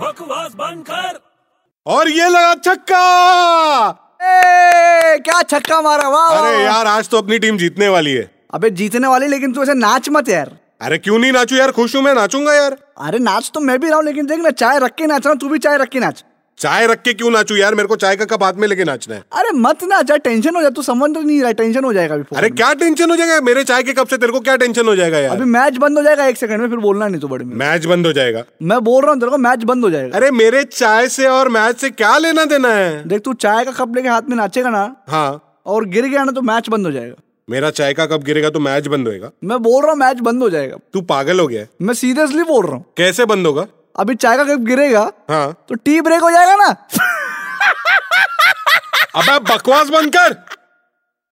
बकवास बंद कर और ये लगा छक्का ए, क्या छक्का मारा वाह वाह, अरे वाह। यार आज तो अपनी टीम जीतने वाली है अबे जीतने वाली लेकिन तू ऐसे नाच मत यार अरे क्यों नहीं नाचू यार खुश हूं मैं नाचूंगा यार अरे नाच तो मैं भी रहा हूँ लेकिन देख ना चाय रख के नाच रहा हूँ तू भी चाय रख के नाच चाय रख के क्यों नाचू यार मेरे को चाय का कप हाथ में लेके नाचना है अरे मत ना चाहे टेंशन हो जाए तू समझ तो नहीं रहा टेंशन हो जाएगा अभी फोन अरे में। क्या टेंशन हो जाएगा मेरे चाय के कप से तेरे को क्या टेंशन हो जाएगा अभी यार मैच बंद हो जाएगा एक सेकंड में फिर बोलना नहीं तो बड़े में मैच बंद हो जाएगा मैं बोल रहा हूँ तेरे को मैच बंद हो जाएगा अरे मेरे चाय से और मैच से क्या लेना देना है देख तू चाय का कप लेके हाथ में नाचेगा ना हाँ और गिर गया ना तो मैच बंद हो जाएगा मेरा चाय का कप गिरेगा तो मैच बंद होएगा मैं बोल रहा हूँ मैच बंद हो जाएगा तू पागल हो गया है। मैं सीरियसली बोल रहा हूँ कैसे बंद होगा अभी चाय का कप गिरेगा हाँ तो टी ब्रेक हो जाएगा ना अबे बकवास बंद कर